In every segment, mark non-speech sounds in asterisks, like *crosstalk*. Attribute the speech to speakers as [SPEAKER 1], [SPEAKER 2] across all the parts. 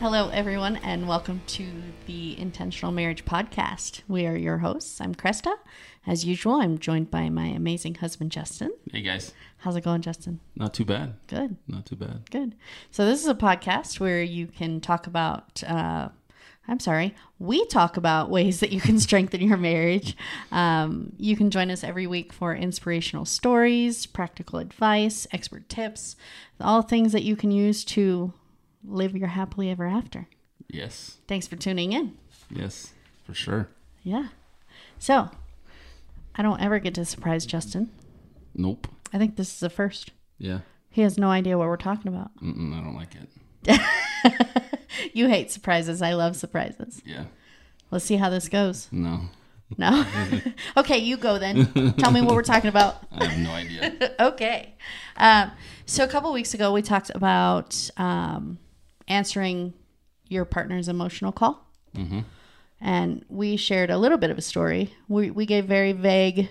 [SPEAKER 1] Hello, everyone, and welcome to the Intentional Marriage Podcast. We are your hosts. I'm Cresta. As usual, I'm joined by my amazing husband, Justin.
[SPEAKER 2] Hey guys,
[SPEAKER 1] How's it going, Justin?
[SPEAKER 2] not too bad.
[SPEAKER 1] Good,
[SPEAKER 2] Not too bad.
[SPEAKER 1] good. So, this is a podcast where you can talk about, uh, I'm sorry, we talk about ways that you can strengthen your marriage. Um, you can join us every week for inspirational stories, practical advice, expert tips, all things that you can use to live your happily ever after.
[SPEAKER 2] Yes,
[SPEAKER 1] Thanks for tuning in.
[SPEAKER 2] yes, for sure.
[SPEAKER 1] Yeah. So, I don't ever get to surprise Justin.
[SPEAKER 2] Nope.
[SPEAKER 1] I think this is the first.
[SPEAKER 2] Yeah.
[SPEAKER 1] He has no idea what we're talking about.
[SPEAKER 2] Mm-mm, I don't like it.
[SPEAKER 1] You hate surprises. I love surprises.
[SPEAKER 2] Yeah.
[SPEAKER 1] Let's see how this goes.
[SPEAKER 2] No,
[SPEAKER 1] No? *laughs* okay, you go then. Tell me what we're talking about.
[SPEAKER 2] I have no
[SPEAKER 1] *laughs*
[SPEAKER 2] idea.
[SPEAKER 1] okay. Um, so, a couple weeks ago, we talked about um, answering your partner's emotional call.
[SPEAKER 2] Mm-hmm.
[SPEAKER 1] And we shared a little bit of a story. We, we gave very vague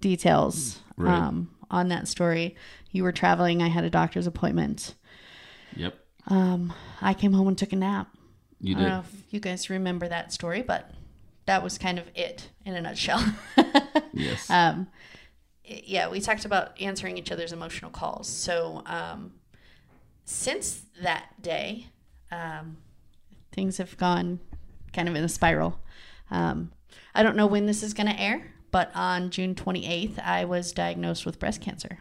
[SPEAKER 1] details
[SPEAKER 2] Right.
[SPEAKER 1] um, on that story. You were traveling, I had a doctor's appointment.
[SPEAKER 2] Yep.
[SPEAKER 1] I came home and took a nap. I
[SPEAKER 2] You
[SPEAKER 1] don't
[SPEAKER 2] did.
[SPEAKER 1] know if you guys remember that story, but that was kind of it in a nutshell. *laughs*
[SPEAKER 2] Yes.
[SPEAKER 1] Uh, yeah, we talked about answering each other's emotional calls. So um, since that day, um, things have gone kind of in a spiral. Um, I don't know when this is going to air, but on June 28th, I was diagnosed with breast cancer.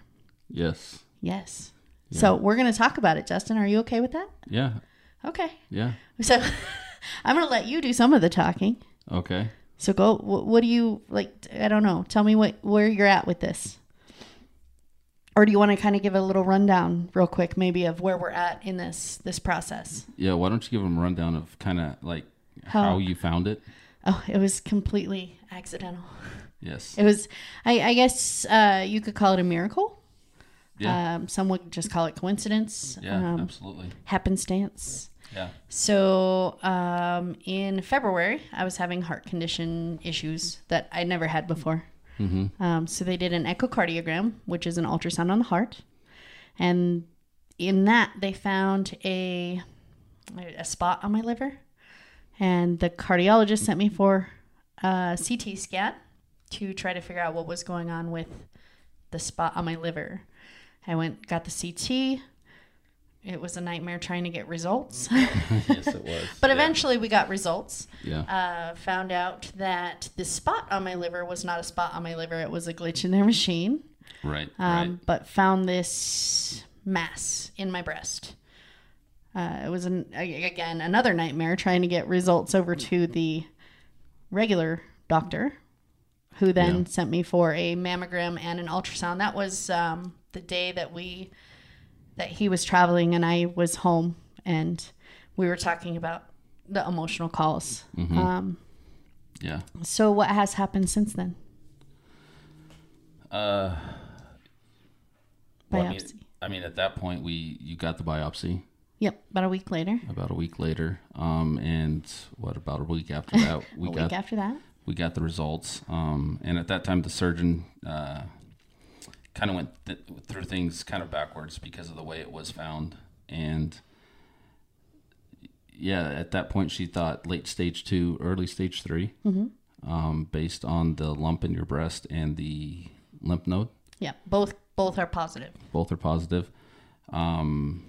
[SPEAKER 2] yes.
[SPEAKER 1] Yes. So we're going to talk about it, Justin. Are you okay with that?
[SPEAKER 2] Yeah.
[SPEAKER 1] Okay.
[SPEAKER 2] Yeah.
[SPEAKER 1] So *laughs* I'm going to let you do some of the talking.
[SPEAKER 2] Okay.
[SPEAKER 1] So go. What, what do you like? I don't know. Tell me what where you're at with this, or do you want to kind of give a little rundown real quick, maybe of where we're at in this this process?
[SPEAKER 2] Yeah. Why don't you give them a rundown of kind of like
[SPEAKER 1] How-
[SPEAKER 2] how, you found it?
[SPEAKER 1] Oh, it was completely accidental.
[SPEAKER 2] Yes.
[SPEAKER 1] It was. I, I guess uh, you could call it a miracle.
[SPEAKER 2] Yeah.
[SPEAKER 1] Um, some would just call it coincidence,
[SPEAKER 2] yeah.
[SPEAKER 1] um,
[SPEAKER 2] absolutely.
[SPEAKER 1] happenstance.
[SPEAKER 2] Yeah. *laughs*
[SPEAKER 1] So um, in February, I was having heart condition issues that I never had before. Um, so they did an echocardiogram, which is an ultrasound on the heart, and in that they found a a spot on my liver, and the cardiologist sent me for a CT scan to try to figure out what was going on with the spot on my liver. I went got the CT. It was a nightmare trying to get results. *laughs*
[SPEAKER 2] yes, it was.
[SPEAKER 1] But
[SPEAKER 2] yeah.
[SPEAKER 1] eventually we got results.
[SPEAKER 2] Yeah.
[SPEAKER 1] Uh, found out that the spot on my liver was not a spot on my liver, it was a glitch in their machine.
[SPEAKER 2] Right.
[SPEAKER 1] Um,
[SPEAKER 2] right.
[SPEAKER 1] But found this mass in my breast. Uh, it was, an, a- again, another nightmare trying to get results over to the regular doctor, who then sent me for a mammogram and an ultrasound. That was um, the day that we that he was traveling and I was home, and we were talking about the emotional calls.
[SPEAKER 2] Mm-hmm.
[SPEAKER 1] Um,
[SPEAKER 2] Yeah.
[SPEAKER 1] so, what has happened since then?
[SPEAKER 2] Uh,
[SPEAKER 1] Biopsy.
[SPEAKER 2] well, I mean- I mean, at that point, we you got the biopsy.
[SPEAKER 1] yep, about a week later,
[SPEAKER 2] about a week later. Um, and what about a week after that?
[SPEAKER 1] *laughs*
[SPEAKER 2] We
[SPEAKER 1] a
[SPEAKER 2] got
[SPEAKER 1] week after that.
[SPEAKER 2] we got the results. Um, and at that time, the surgeon uh, kind of went th- through things kind of backwards because of the way it was found. And yeah, at that point, she thought late stage two, early stage 3
[SPEAKER 1] Mm-hmm.
[SPEAKER 2] um, based on the lump in your breast and the lymph node.
[SPEAKER 1] Yeah, both both are positive.
[SPEAKER 2] Both are positive. Um,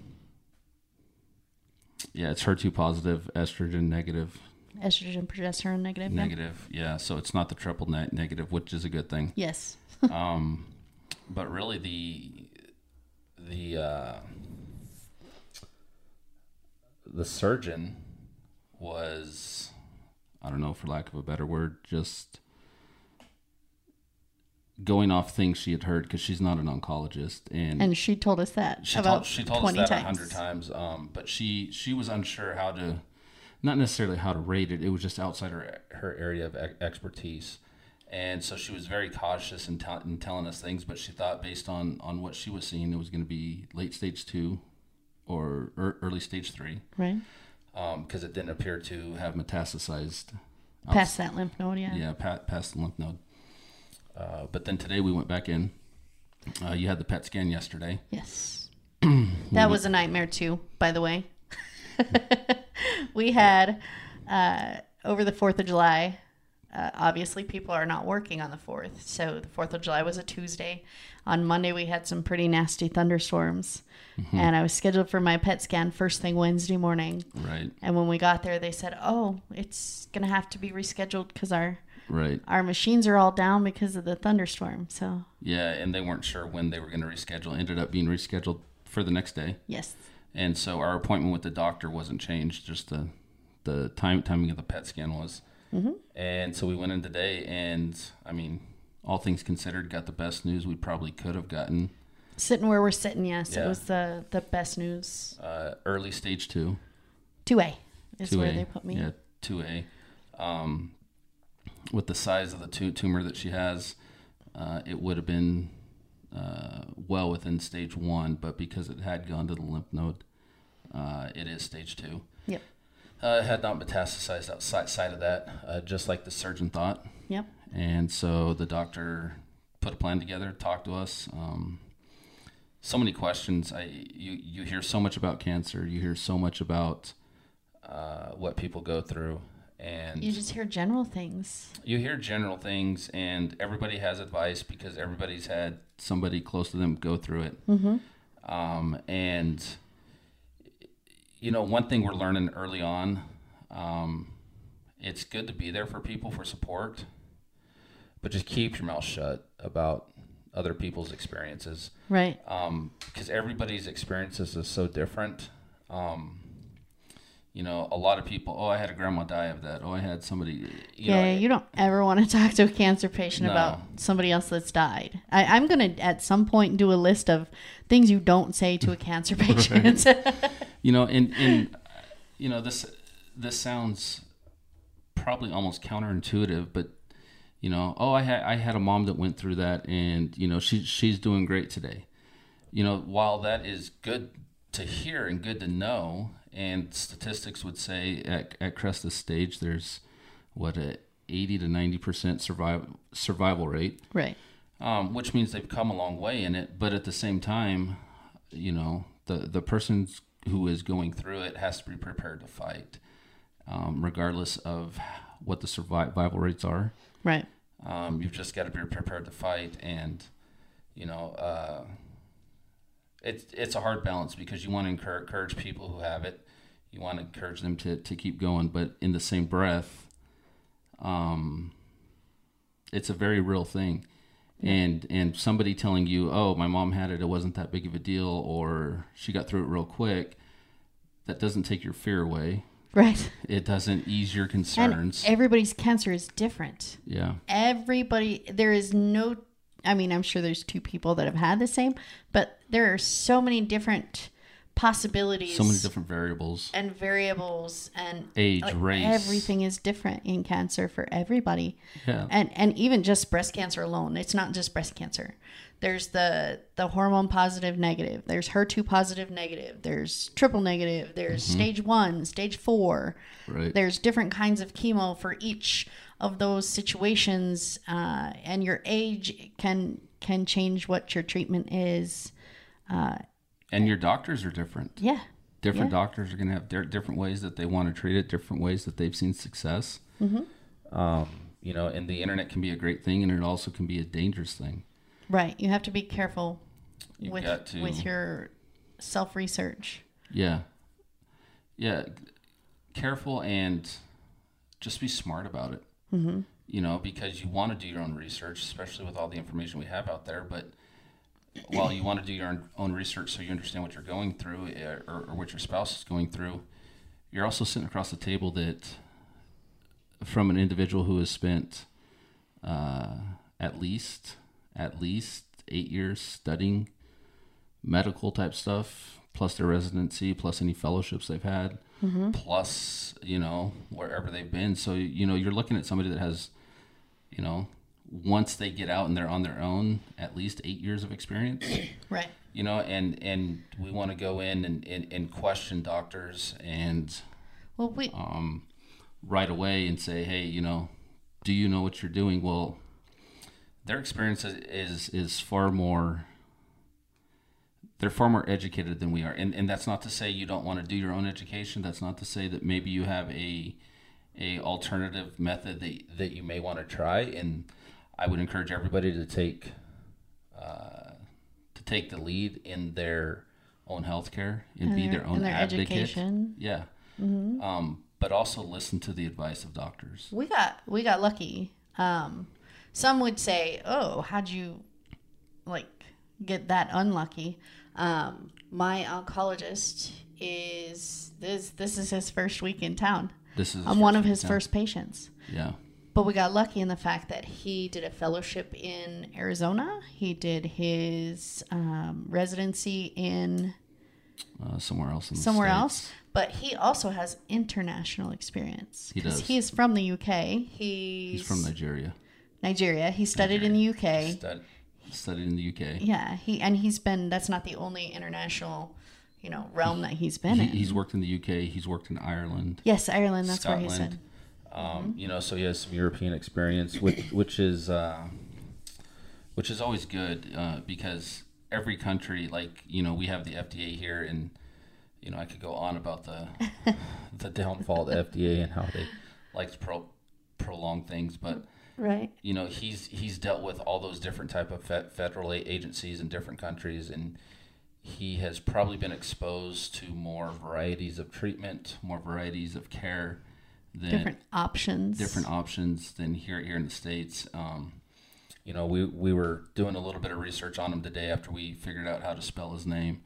[SPEAKER 2] yeah, it's HER2 positive, estrogen negative,
[SPEAKER 1] Estrogen, progesterone, negative. yeah.
[SPEAKER 2] Negative, yeah. So it's not the triple net negative, which is a
[SPEAKER 1] *laughs*
[SPEAKER 2] good thing.
[SPEAKER 1] Yes.
[SPEAKER 2] Um, but really, the the uh, the surgeon was, I don't know, for lack of a better word, just going off things she had heard because she's not an oncologist, and
[SPEAKER 1] And she told us that
[SPEAKER 2] Mm. she
[SPEAKER 1] about
[SPEAKER 2] told, she told
[SPEAKER 1] 20
[SPEAKER 2] us that a
[SPEAKER 1] times.
[SPEAKER 2] hundred times. Um, but she she was unsure how to, not necessarily how to rate it. It was just outside her her area of e- expertise, and so she was very cautious in, tell in telling us things. But she thought based on on what she was seeing, it was going to be late stage two, or ear- early stage three,
[SPEAKER 1] Right?
[SPEAKER 2] because it didn't appear to have metastasized.
[SPEAKER 1] Past that lymph node, yeah.
[SPEAKER 2] Yeah, pa past the lymph node. Uh, but then today we went back in. Uh, you had the PET scan *clears throat* yesterday.
[SPEAKER 1] Yes. that was a nightmare too, by the way. *laughs* we had uh, over the 4th of July. Uh, obviously, people are not working on the 4th. So the 4th of July was a Tuesday. On Monday, we had some pretty nasty thunderstorms.
[SPEAKER 2] Mm-hmm.
[SPEAKER 1] And I was scheduled for my PET scan first thing Wednesday morning.
[SPEAKER 2] Right.
[SPEAKER 1] And when we got there, they said, oh, it's going to have to be rescheduled because our,
[SPEAKER 2] Right.
[SPEAKER 1] our machines are all down because of the thunderstorm. So,
[SPEAKER 2] Yeah, and they weren't sure when they were going to reschedule. It ended up being rescheduled for the next day.
[SPEAKER 1] yes.
[SPEAKER 2] and so our appointment with the doctor wasn't changed just the the time timing of the pet scan was and so we went in today and i mean all things considered got the best news we probably could have gotten
[SPEAKER 1] Sitting where we're sitting, yes,
[SPEAKER 2] Yeah.
[SPEAKER 1] it was the, the best news.
[SPEAKER 2] uh, early stage two
[SPEAKER 1] 2A is
[SPEAKER 2] 2a
[SPEAKER 1] where they put me.
[SPEAKER 2] yeah 2a um, with the size of the tu- tumor that she has uh, it would have been uh, well within stage one but because it had gone to the lymph node uh, it is stage two
[SPEAKER 1] Yep.
[SPEAKER 2] Uh, it had not metastasized outside side of that, uh, just like the surgeon thought.
[SPEAKER 1] Yep.
[SPEAKER 2] And so the doctor put a plan together, talked to us. Um, so many questions. I you you hear so much about cancer. You hear so much about uh, what people go through, and
[SPEAKER 1] You just hear general things.
[SPEAKER 2] you hear general things and everybody has advice because everybody's had somebody close to them go through it mm-hmm. um, and you know one thing we're learning early on um, it's good to be there for people for support but just keep your mouth shut about other people's experiences
[SPEAKER 1] Right.
[SPEAKER 2] because everybody's experiences is so different. Um, you know, a lot of people. Oh, I had a grandma die of that. Oh, I had somebody. You know,
[SPEAKER 1] yeah, you don't ever want to *laughs* talk to a cancer patient
[SPEAKER 2] No.
[SPEAKER 1] about somebody else that's died. I, I'm going to, at some point, do a list of things you don't say to a
[SPEAKER 2] *laughs*
[SPEAKER 1] cancer patient. *laughs*
[SPEAKER 2] you know and and uh, you know this this sounds probably almost counterintuitive but you know oh i had i had a mom that went through that and you know she she's doing great today you know while that is good to hear and good to know and statistics would say at, at cresta stage there's what a 80 to 90 percent survival survival rate
[SPEAKER 1] right.
[SPEAKER 2] um, which means they've come a long way in it. But at the same time, you know, the the person who is going through it has to be prepared to fight, um, regardless of what the survival rates are.
[SPEAKER 1] Right.
[SPEAKER 2] Um, you've just got to be prepared to fight, and you know, uh, it's it's a hard balance because you want to encourage, encourage people who have it, you want to encourage them to to keep going, but in the same breath, um, it's a very real thing, and and somebody telling you, oh, my mom had it, it wasn't that big of a deal, or she got through it real quick, that doesn't take your fear away.
[SPEAKER 1] Right.
[SPEAKER 2] It doesn't ease your
[SPEAKER 1] And
[SPEAKER 2] concerns.
[SPEAKER 1] everybody's cancer is different.
[SPEAKER 2] yeah.
[SPEAKER 1] everybody there is no i mean i'm sure there's two people that have had the same but there are so many different possibilities
[SPEAKER 2] So many different variables.
[SPEAKER 1] and variables and
[SPEAKER 2] age,
[SPEAKER 1] like,
[SPEAKER 2] race,
[SPEAKER 1] everything is different in cancer for everybody
[SPEAKER 2] Yeah,
[SPEAKER 1] and and even just breast cancer alone it's not just breast cancer there's the the hormone positive negative there's her2 positive negative there's triple negative there's
[SPEAKER 2] Mm-hmm.
[SPEAKER 1] stage 1 stage 4
[SPEAKER 2] right.
[SPEAKER 1] there's different kinds of chemo for each of those situations uh, and your age can can change what your treatment is
[SPEAKER 2] and your doctors are different.
[SPEAKER 1] yeah
[SPEAKER 2] Different doctors are going to have di- different ways that they want to treat it, different ways that they've seen success.
[SPEAKER 1] Mm-hmm.
[SPEAKER 2] Um, you know, and the internet can be a great thing, and it also can be a dangerous thing.
[SPEAKER 1] right you have to be careful
[SPEAKER 2] You
[SPEAKER 1] with
[SPEAKER 2] got to-
[SPEAKER 1] with your self research
[SPEAKER 2] Yeah, yeah. Careful and just be smart about it. You know, because you want to do your own research, especially with all the information we have out there. But while you want to do your own- own research so you understand what you're going through eh, or, or what your spouse is going through, you're also sitting across the table that from an individual who has spent uh, at least at least eight years studying medical type stuff, plus their residency, plus any fellowships they've had, plus you know wherever they've been. So you know you're looking at somebody that has, you know, once they get out and they're on their own, at least eight years of experience
[SPEAKER 1] right
[SPEAKER 2] you know and and we want to go in and, and and question doctors and
[SPEAKER 1] well we
[SPEAKER 2] um right away and say hey you know do you know what you're doing well their experience is is, is far more they're far more educated than we are. And and that's not to say you don't want to do your own education. That's not to say that maybe you have a a alternative method that that you may want to try. And I would encourage everybody to take uh, to take the lead in their own healthcare and, be their, own
[SPEAKER 1] and their
[SPEAKER 2] advocate.
[SPEAKER 1] education. Mm-hmm.
[SPEAKER 2] Yeah. Um, but also listen to the advice of doctors.
[SPEAKER 1] We got we got lucky. Um, some would say, "Oh, how'd you like get that unlucky?" Um, my oncologist is this. This is his first week in town.
[SPEAKER 2] This is
[SPEAKER 1] I'm one
[SPEAKER 2] first
[SPEAKER 1] of his
[SPEAKER 2] weekend.
[SPEAKER 1] first patients.
[SPEAKER 2] Yeah.
[SPEAKER 1] But we got lucky in the fact that he did a fellowship in Arizona. He did his um, residency in
[SPEAKER 2] Uh, somewhere else. In the
[SPEAKER 1] somewhere
[SPEAKER 2] States.
[SPEAKER 1] else. But he also has international experience.
[SPEAKER 2] He
[SPEAKER 1] 'cause
[SPEAKER 2] does.
[SPEAKER 1] He is from the UK. He's,
[SPEAKER 2] He's from Nigeria.
[SPEAKER 1] Nigeria. He studied in the UK.
[SPEAKER 2] Stud- studied in the UK.
[SPEAKER 1] yeah, he and he's been. That's not the only international, you know, realm that he's been
[SPEAKER 2] He,
[SPEAKER 1] in.
[SPEAKER 2] he's worked in the UK. He's worked in Ireland,
[SPEAKER 1] yes, Ireland. That's where Mm-hmm. he's
[SPEAKER 2] Scotland.
[SPEAKER 1] in.
[SPEAKER 2] Um, you know, so he has some European
[SPEAKER 1] *coughs*
[SPEAKER 2] experience, which which is uh, which is always good uh, because every country, like you know, we have the FDA here, and you know, I could go on about
[SPEAKER 1] *laughs*
[SPEAKER 2] the the downfall of the FDA and how they like to pro- prolong things, but
[SPEAKER 1] Right.
[SPEAKER 2] you know he's he's dealt with all those different type of fe- federal a- agencies in different countries and he has probably been exposed to more varieties of treatment more varieties of care than
[SPEAKER 1] Different options.
[SPEAKER 2] different options than here here in the states um, you know we, we were doing a little bit of research on him today after we figured out how to spell his name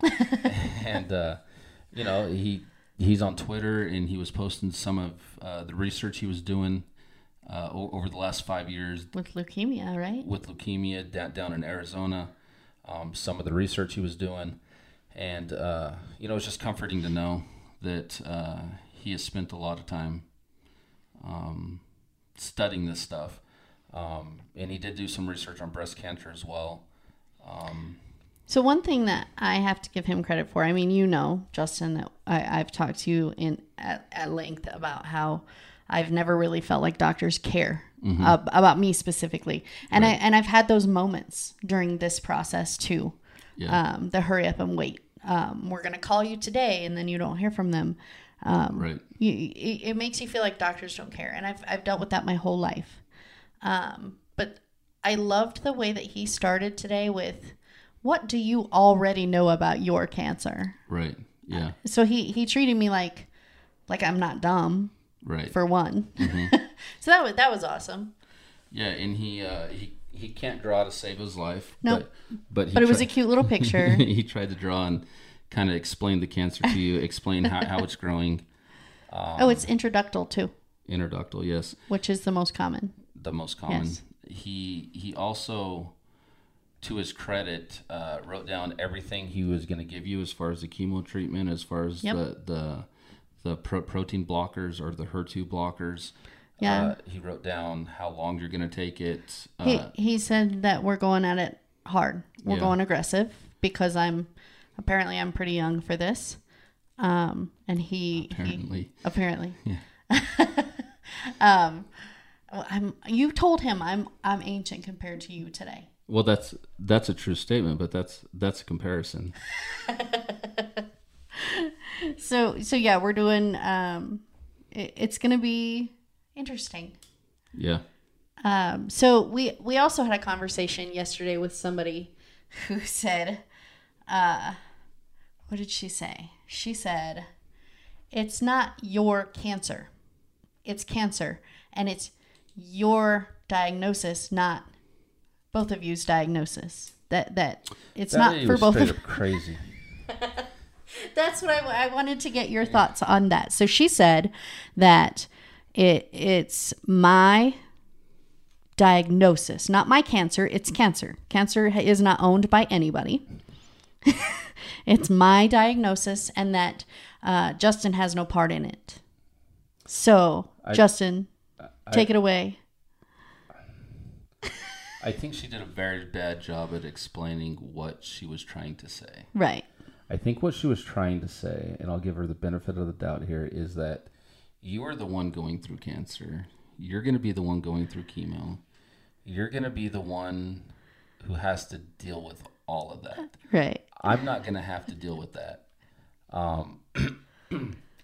[SPEAKER 2] and uh, you know he he's on twitter and he was posting some of uh, the research he was doing uh, o- over the last five years
[SPEAKER 1] with leukemia, right?
[SPEAKER 2] with leukemia da- down in Arizona, um, some of the research he was doing. And, uh, you know, it's just comforting to know that uh, he has spent a lot of time um, studying this stuff. Um, and he did do some research on breast cancer as well. Um,
[SPEAKER 1] So one thing that I have to give him credit for, I mean, you know, Justin, that I, I've talked to you in at, at length about how I've never really felt like doctors care ab- about me specifically, and I and I've had those moments during this process too.
[SPEAKER 2] yeah,
[SPEAKER 1] Um, the hurry up and wait. Um, we're gonna call you today, and then you don't hear from them.
[SPEAKER 2] right.
[SPEAKER 1] You, it, it makes you feel like doctors don't care, and I've I've dealt with that my whole life. Um, but I loved the way that he started today with, "What do you already know about your cancer?"
[SPEAKER 2] Right. Yeah.
[SPEAKER 1] So he he treated me like, like I'm not dumb
[SPEAKER 2] Right.
[SPEAKER 1] for one. *laughs* so that was that was awesome.
[SPEAKER 2] Yeah. And he, uh, he, he can't draw to save his life.
[SPEAKER 1] Nope.
[SPEAKER 2] But, but, he
[SPEAKER 1] But it was
[SPEAKER 2] tri-
[SPEAKER 1] a
[SPEAKER 2] *laughs*
[SPEAKER 1] cute little picture.
[SPEAKER 2] he tried to draw and kind of explain the cancer to you, explain how, how it's
[SPEAKER 1] *laughs*
[SPEAKER 2] growing.
[SPEAKER 1] oh, it's introductal too,
[SPEAKER 2] Interductal, yes.
[SPEAKER 1] which is the most common.
[SPEAKER 2] the most common.
[SPEAKER 1] Yes.
[SPEAKER 2] He he also, to his credit, uh, wrote down everything he was going to give you as far as the chemo treatment, as far as
[SPEAKER 1] Yep.
[SPEAKER 2] the the the pro- protein blockers or the HER2 blockers.
[SPEAKER 1] Yeah.
[SPEAKER 2] Uh, he wrote down how long you're going to take it. Uh,
[SPEAKER 1] He, he said that we're going at it hard. We're
[SPEAKER 2] Yeah.
[SPEAKER 1] going aggressive because I'm apparently I'm pretty young for this. Um, and he apparently,
[SPEAKER 2] apparently,
[SPEAKER 1] he, apparently. Yeah. *laughs* um, I'm. You told him I'm I'm ancient compared to you today.
[SPEAKER 2] well, that's that's a true statement, but that's that's a comparison.
[SPEAKER 1] So so yeah, we're doing. Um, it, it's gonna be interesting.
[SPEAKER 2] Yeah,
[SPEAKER 1] Um, so we we also had a conversation yesterday with somebody who *laughs* said, uh, "What did she say?" She said, "It's not your cancer, it's cancer, and it's your diagnosis, not both of you's diagnosis. That that it's not for both of."
[SPEAKER 2] up crazy.
[SPEAKER 1] That's what I, I wanted to get your thoughts on that. So she said that it it's my diagnosis, not my cancer. It's cancer. Cancer ha- is not owned by anybody. *laughs* it's my diagnosis, and that uh, Justin has no part in it. So Justin, take it away.
[SPEAKER 2] I think she did a very bad job at explaining what she was trying to say.
[SPEAKER 1] Right.
[SPEAKER 2] I think what she was trying to say, and I'll give her the benefit of the doubt here, is that you are the one going through cancer. You're going to be the one going through chemo. You're going to be the one who has to deal with all of that.
[SPEAKER 1] Right.
[SPEAKER 2] I'm not gonna have to deal with that. Um, *clears throat*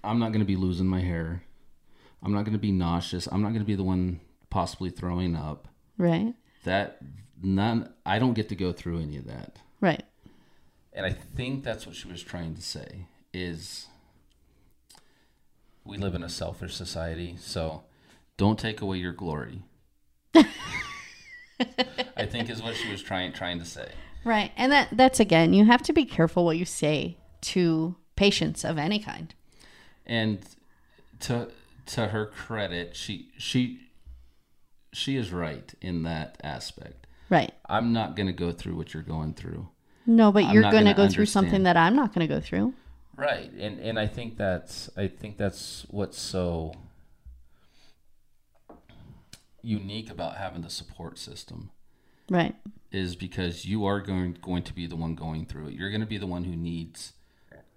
[SPEAKER 2] I'm not gonna be losing my hair. I'm not gonna be nauseous. I'm not gonna be the one possibly throwing up.
[SPEAKER 1] Right.
[SPEAKER 2] That none. I don't get to go through any of that.
[SPEAKER 1] Right.
[SPEAKER 2] And I think that's what she was trying to say is we live in a selfish society, so don't take away your glory. I think is what she was trying trying to say.
[SPEAKER 1] Right. And that that's again, you have to be careful what you say to patients of any kind.
[SPEAKER 2] And to to her credit, she she she is right in that aspect.
[SPEAKER 1] Right.
[SPEAKER 2] I'm not going to go through what you're going through.
[SPEAKER 1] No, but you're
[SPEAKER 2] not
[SPEAKER 1] going to
[SPEAKER 2] gonna
[SPEAKER 1] go through something
[SPEAKER 2] understand.
[SPEAKER 1] that I'm not going to go through.
[SPEAKER 2] Right, and and I think that's I think that's what's so unique about having the support system
[SPEAKER 1] Right.
[SPEAKER 2] is because you are going going to be the one going through it. You're going to be the one who needs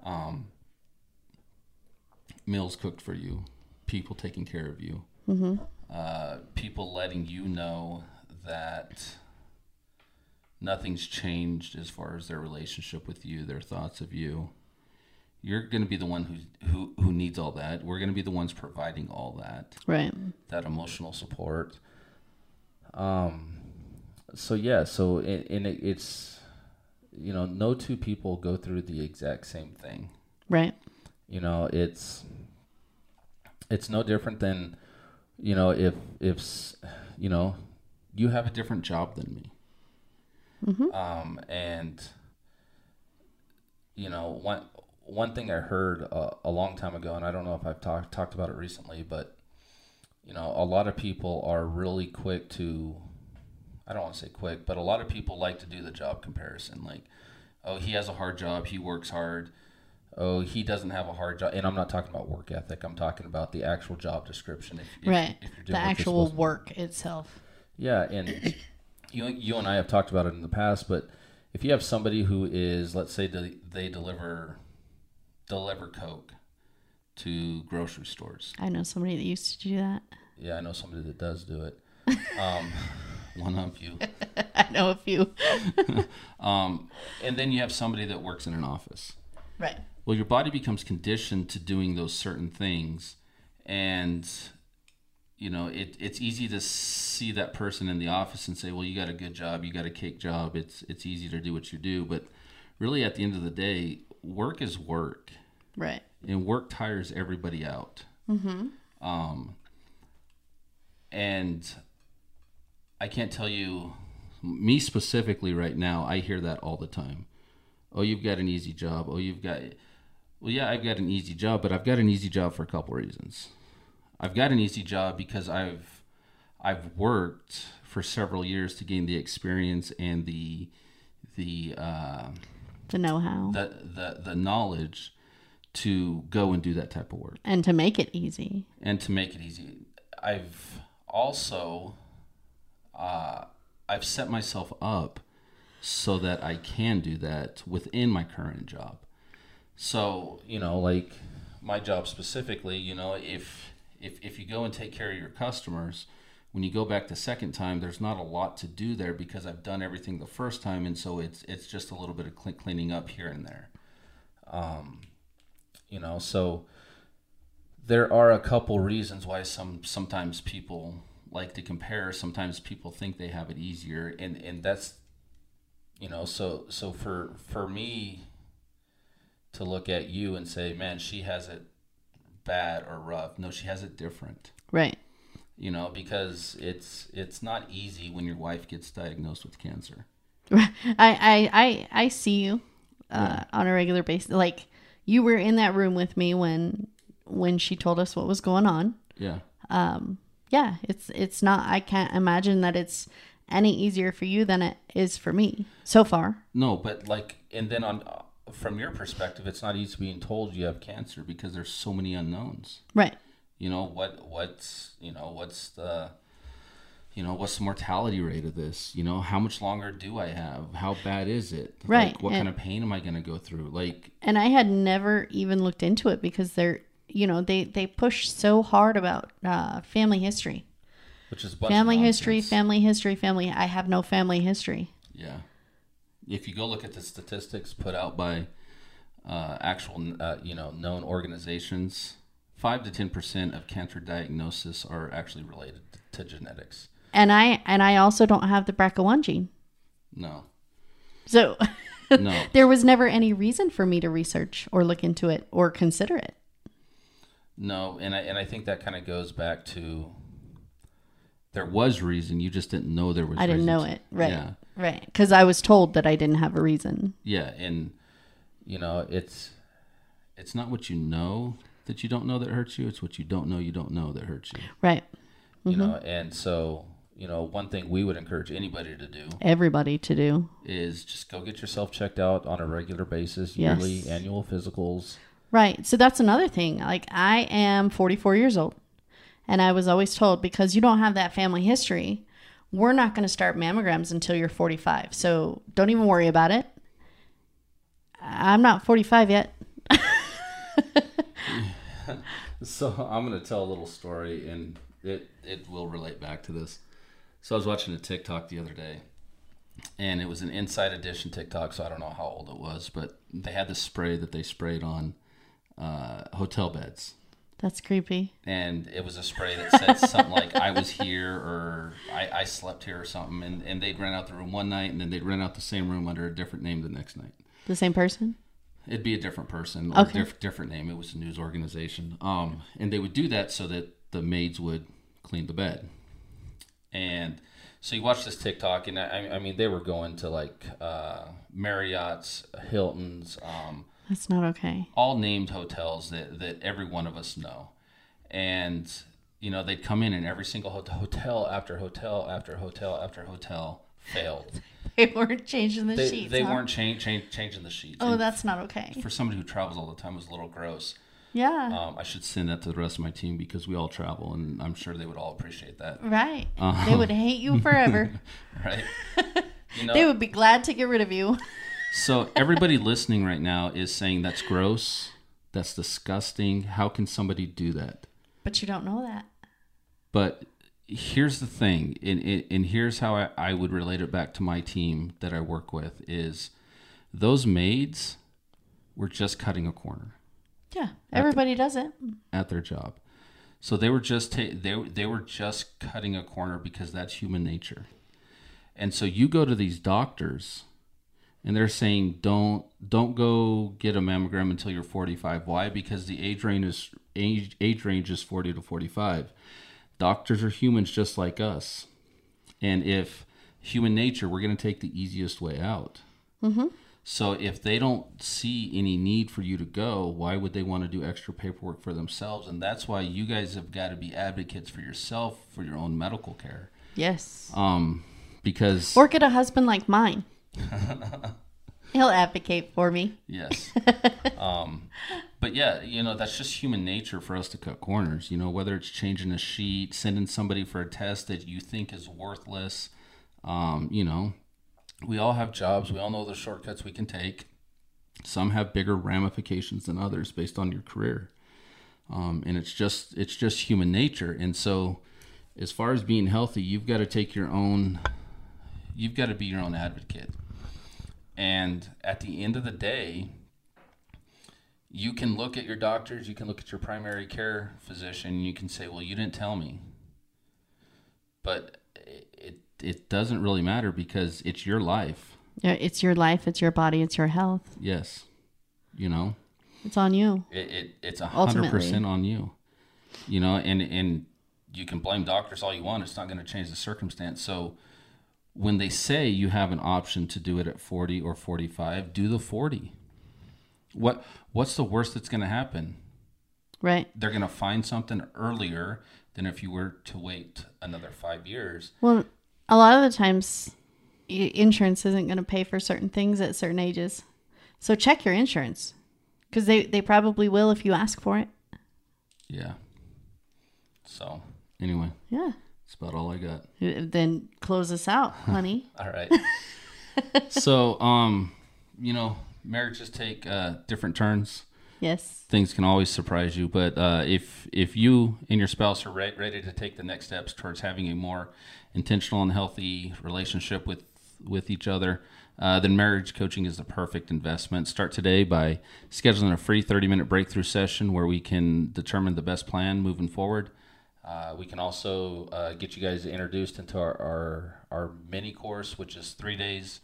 [SPEAKER 2] um, meals cooked for you, people taking care of you, uh, people letting you know that nothing's changed as far as their relationship with you, their thoughts of you. You're going to be the one who, who who needs all that. We're going to be the ones providing all that
[SPEAKER 1] Right.
[SPEAKER 2] that emotional support. Um, so yeah, so and, and it, it's, you know, no two people go through the exact same thing.
[SPEAKER 1] Right.
[SPEAKER 2] You know, it's, it's no different than, you know, if if, s- you know, you have a different job than me.
[SPEAKER 1] Mm-hmm.
[SPEAKER 2] Um, and you know one one thing I heard a, a long time ago, and I don't know if I've talked talked about it recently, but you know a lot of people are really quick to I don't want to say quick, but a lot of people like to do the job comparison, like oh he has a hard job, he works hard. Oh, he doesn't have a hard job, and I'm not talking about work ethic. I'm talking about the actual job description. If, if-
[SPEAKER 1] Right. The
[SPEAKER 2] if you're dealing with this
[SPEAKER 1] actual work itself.
[SPEAKER 2] yeah, and you you and I have talked about it in the past, but if you have somebody who is, let's say, de- they deliver deliver Coke to grocery stores.
[SPEAKER 1] I know somebody that used to do that. *laughs*
[SPEAKER 2] Yeah, I know somebody that does do it. Um, *laughs* one of you,
[SPEAKER 1] I know a few. *laughs*
[SPEAKER 2] and then you have somebody that works in an office.
[SPEAKER 1] Right.
[SPEAKER 2] Well, your body becomes conditioned to doing those certain things, and you know it, it's easy to see that person in the office and say, "Well, you got a good job, you got a cake job. It's it's easy to do what you do." But really, at the end of the day, work is work,
[SPEAKER 1] Right.
[SPEAKER 2] and work tires everybody out. Mm-hmm. Um, and I can't tell you, me specifically right now, I hear that all the time. Oh, you've got an easy job. Oh, you've got, well, yeah, I've got an easy job, but I've got an easy job for a couple reasons. I've got an easy job because I've, I've worked for several years to gain the experience and the, the, uh,
[SPEAKER 1] The know-how
[SPEAKER 2] the, the, the knowledge to go and do that type of work
[SPEAKER 1] and to make it easy.
[SPEAKER 2] and to make it easy. I've also uh, I've set myself up so that I can do that within my current job. So you know, like my job specifically, you know, if if if you go and take care of your customers, when you go back the second time, there's not a lot to do there because I've done everything the first time, and so it's it's just a little bit of cle- cleaning up here and there. Um, you know, so there are a couple reasons why some sometimes people like to compare sometimes people think they have it easier and and that's you know so so for for me to look at you and say man she has it bad or rough no she has it different
[SPEAKER 1] Right. *laughs*
[SPEAKER 2] you know because it's it's not easy when your wife gets diagnosed with cancer
[SPEAKER 1] I I I I see you uh, on a regular basis. Like you were in that room with me when when she told us what was going on.
[SPEAKER 2] yeah
[SPEAKER 1] Yeah, it's it's not. I can't imagine that it's any easier for you than it is for me so far.
[SPEAKER 2] No, but like, and then on from your perspective, it's not easy being told you have cancer because there's so many unknowns.
[SPEAKER 1] Right.
[SPEAKER 2] You know what? What's you know what's the you know what's the mortality rate of this? You know how much longer do I have? How bad is it?
[SPEAKER 1] Right,
[SPEAKER 2] Like, what
[SPEAKER 1] and-
[SPEAKER 2] kind of pain am I going to go through? Like,
[SPEAKER 1] And I had never even looked into it because they're you know they they push so hard about uh, family history,
[SPEAKER 2] which is a bunch of
[SPEAKER 1] family history,
[SPEAKER 2] nonsense.
[SPEAKER 1] family history, family. I have no family history.
[SPEAKER 2] yeah. if you go look at the statistics put out by uh, actual uh, you know known organizations, five to ten percent of cancer diagnosis are actually related to genetics.
[SPEAKER 1] And I and I also don't have the BRCA1 gene.
[SPEAKER 2] No,
[SPEAKER 1] So *laughs*
[SPEAKER 2] no,
[SPEAKER 1] there was never any reason for me to research or look into it or consider it.
[SPEAKER 2] no, and I and I think that kind of goes back to there was reason you just didn't know there was.
[SPEAKER 1] I didn't know
[SPEAKER 2] reasons.
[SPEAKER 1] it. Right.
[SPEAKER 2] Yeah.
[SPEAKER 1] Right. Because I was told that I didn't have a reason.
[SPEAKER 2] yeah and you know it's it's not what you know that you don't know that hurts you it's what you don't know you don't know that hurts you
[SPEAKER 1] Right.
[SPEAKER 2] you
[SPEAKER 1] Mm-hmm.
[SPEAKER 2] know and so you know one thing we would encourage anybody to do
[SPEAKER 1] Everybody to do.
[SPEAKER 2] is just go get yourself checked out on a regular basis
[SPEAKER 1] Yes.
[SPEAKER 2] yearly annual physicals
[SPEAKER 1] Right. So that's another thing. Like I am 44 years old and I was always told because you don't have that family history, we're not going to start mammograms until you're 45. So don't even worry about it. I'm not 45 yet.
[SPEAKER 2] so *laughs* i'm going to tell a little story and it it will relate back to this so i was watching a tiktok the other day and it was an inside edition tiktok so i don't know how old it was but they had this spray that they sprayed on uh, hotel beds
[SPEAKER 1] That's creepy.
[SPEAKER 2] and it was a spray that said something like I was here or I, I slept here or something and, and they'd rent out the room one night and then they'd rent out the same room under a different name the next night.
[SPEAKER 1] The same person?
[SPEAKER 2] It'd be a different person or
[SPEAKER 1] Okay.
[SPEAKER 2] diff- different name. It was a news organization. Um, and they would do that so that the maids would clean the bed. And so you watch this TikTok and I, I- I mean they were going to like uh, Marriott's, Hilton's, um,
[SPEAKER 1] That's not okay. *laughs*
[SPEAKER 2] all named hotels that, that every one of us know. And, you know, they'd come in and every single hot- hotel after hotel after hotel after hotel failed.
[SPEAKER 1] They weren't changing the
[SPEAKER 2] They,
[SPEAKER 1] sheets.
[SPEAKER 2] they
[SPEAKER 1] huh?
[SPEAKER 2] weren't cha- cha- changing the sheets.
[SPEAKER 1] Oh,
[SPEAKER 2] And
[SPEAKER 1] that's not okay.
[SPEAKER 2] for somebody who travels all the time, it was a little gross.
[SPEAKER 1] Yeah.
[SPEAKER 2] Um, I should send that to the rest of my team because we all travel and I'm sure they would all appreciate that. *laughs*
[SPEAKER 1] right.
[SPEAKER 2] uh,
[SPEAKER 1] they would hate you forever.
[SPEAKER 2] Right? You know,
[SPEAKER 1] they would be glad to get rid of you. *laughs*
[SPEAKER 2] so everybody listening right now is saying that's gross. That's disgusting. How can somebody do that?
[SPEAKER 1] But you don't know that.
[SPEAKER 2] But here's the thing, and, and, and here's how I, I would relate it back to my team that I work with is those maids were just cutting a corner
[SPEAKER 1] Yeah. Everybody does it.
[SPEAKER 2] at their job. So they were just ta- they they were just cutting a corner because that's human nature. And so you go to these doctors and they're saying don't don't go get a mammogram until you're 45. Why? Because the age range is age, age range is 40 to 45. Doctors are humans just like us. And if human nature, we're going to take the easiest way out. So if they don't see any need for you to go, why would they want to do extra paperwork for themselves? And that's why you guys have got to be advocates for yourself for your own medical care.
[SPEAKER 1] Yes.
[SPEAKER 2] Um, because
[SPEAKER 1] Or get a husband like mine. He'll advocate for me.
[SPEAKER 2] yes, um, but yeah, you know that's just human nature for us to cut corners. You know whether it's changing a sheet, sending somebody for a test that you think is worthless. Um, you know, we all have jobs. We all know the shortcuts we can take. Some have bigger ramifications than others based on your career. um, and it's just it's just human nature and so as far as being healthy you've got to take your own you've got to be your own advocate and at the end of the day you can look at your doctors you can look at your primary care physician and you can say well you didn't tell me but it it, it doesn't really matter because it's your life
[SPEAKER 1] Yeah, It's your life. It's your body. It's your health.
[SPEAKER 2] yes you know
[SPEAKER 1] It's on you.
[SPEAKER 2] it, it it's a hundred
[SPEAKER 1] Ultimately.
[SPEAKER 2] percent on you you know and and you can blame doctors all you want it's not going to change the circumstance so when they say you have an option to do it at 40 or 45 do the 40 what what's the worst that's going to happen
[SPEAKER 1] Right.
[SPEAKER 2] they're going to find something earlier than if you were to wait another five years
[SPEAKER 1] Well, a lot of the times, i- insurance isn't going to pay for certain things at certain ages. So check your insurance because they, they probably will if you ask for it.
[SPEAKER 2] yeah so anyway
[SPEAKER 1] Yeah.
[SPEAKER 2] that's about all i got
[SPEAKER 1] Then close us out, honey.
[SPEAKER 2] All right. so, um, you know, marriages take uh, different turns.
[SPEAKER 1] yes.
[SPEAKER 2] Things can always surprise you, but uh, if if you and your spouse are re- ready to take the next steps towards having a more intentional and healthy relationship with with each other, uh, then marriage coaching is the perfect investment. Start today by scheduling a free 30 minute breakthrough session where we can determine the best plan moving forward. Uh, we can also uh, get you guys introduced into our, our, our mini course, which is three days.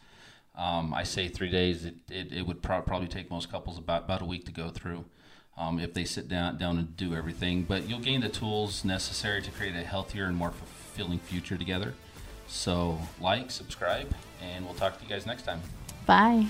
[SPEAKER 2] Um, I say three days. It, it, it would pro- probably take most couples about, about a week to go through um, if they sit down, down and do everything. But you'll gain the tools necessary to create a healthier and more fulfilling future together. So, like, subscribe, and we'll talk to you guys next time.
[SPEAKER 1] Bye.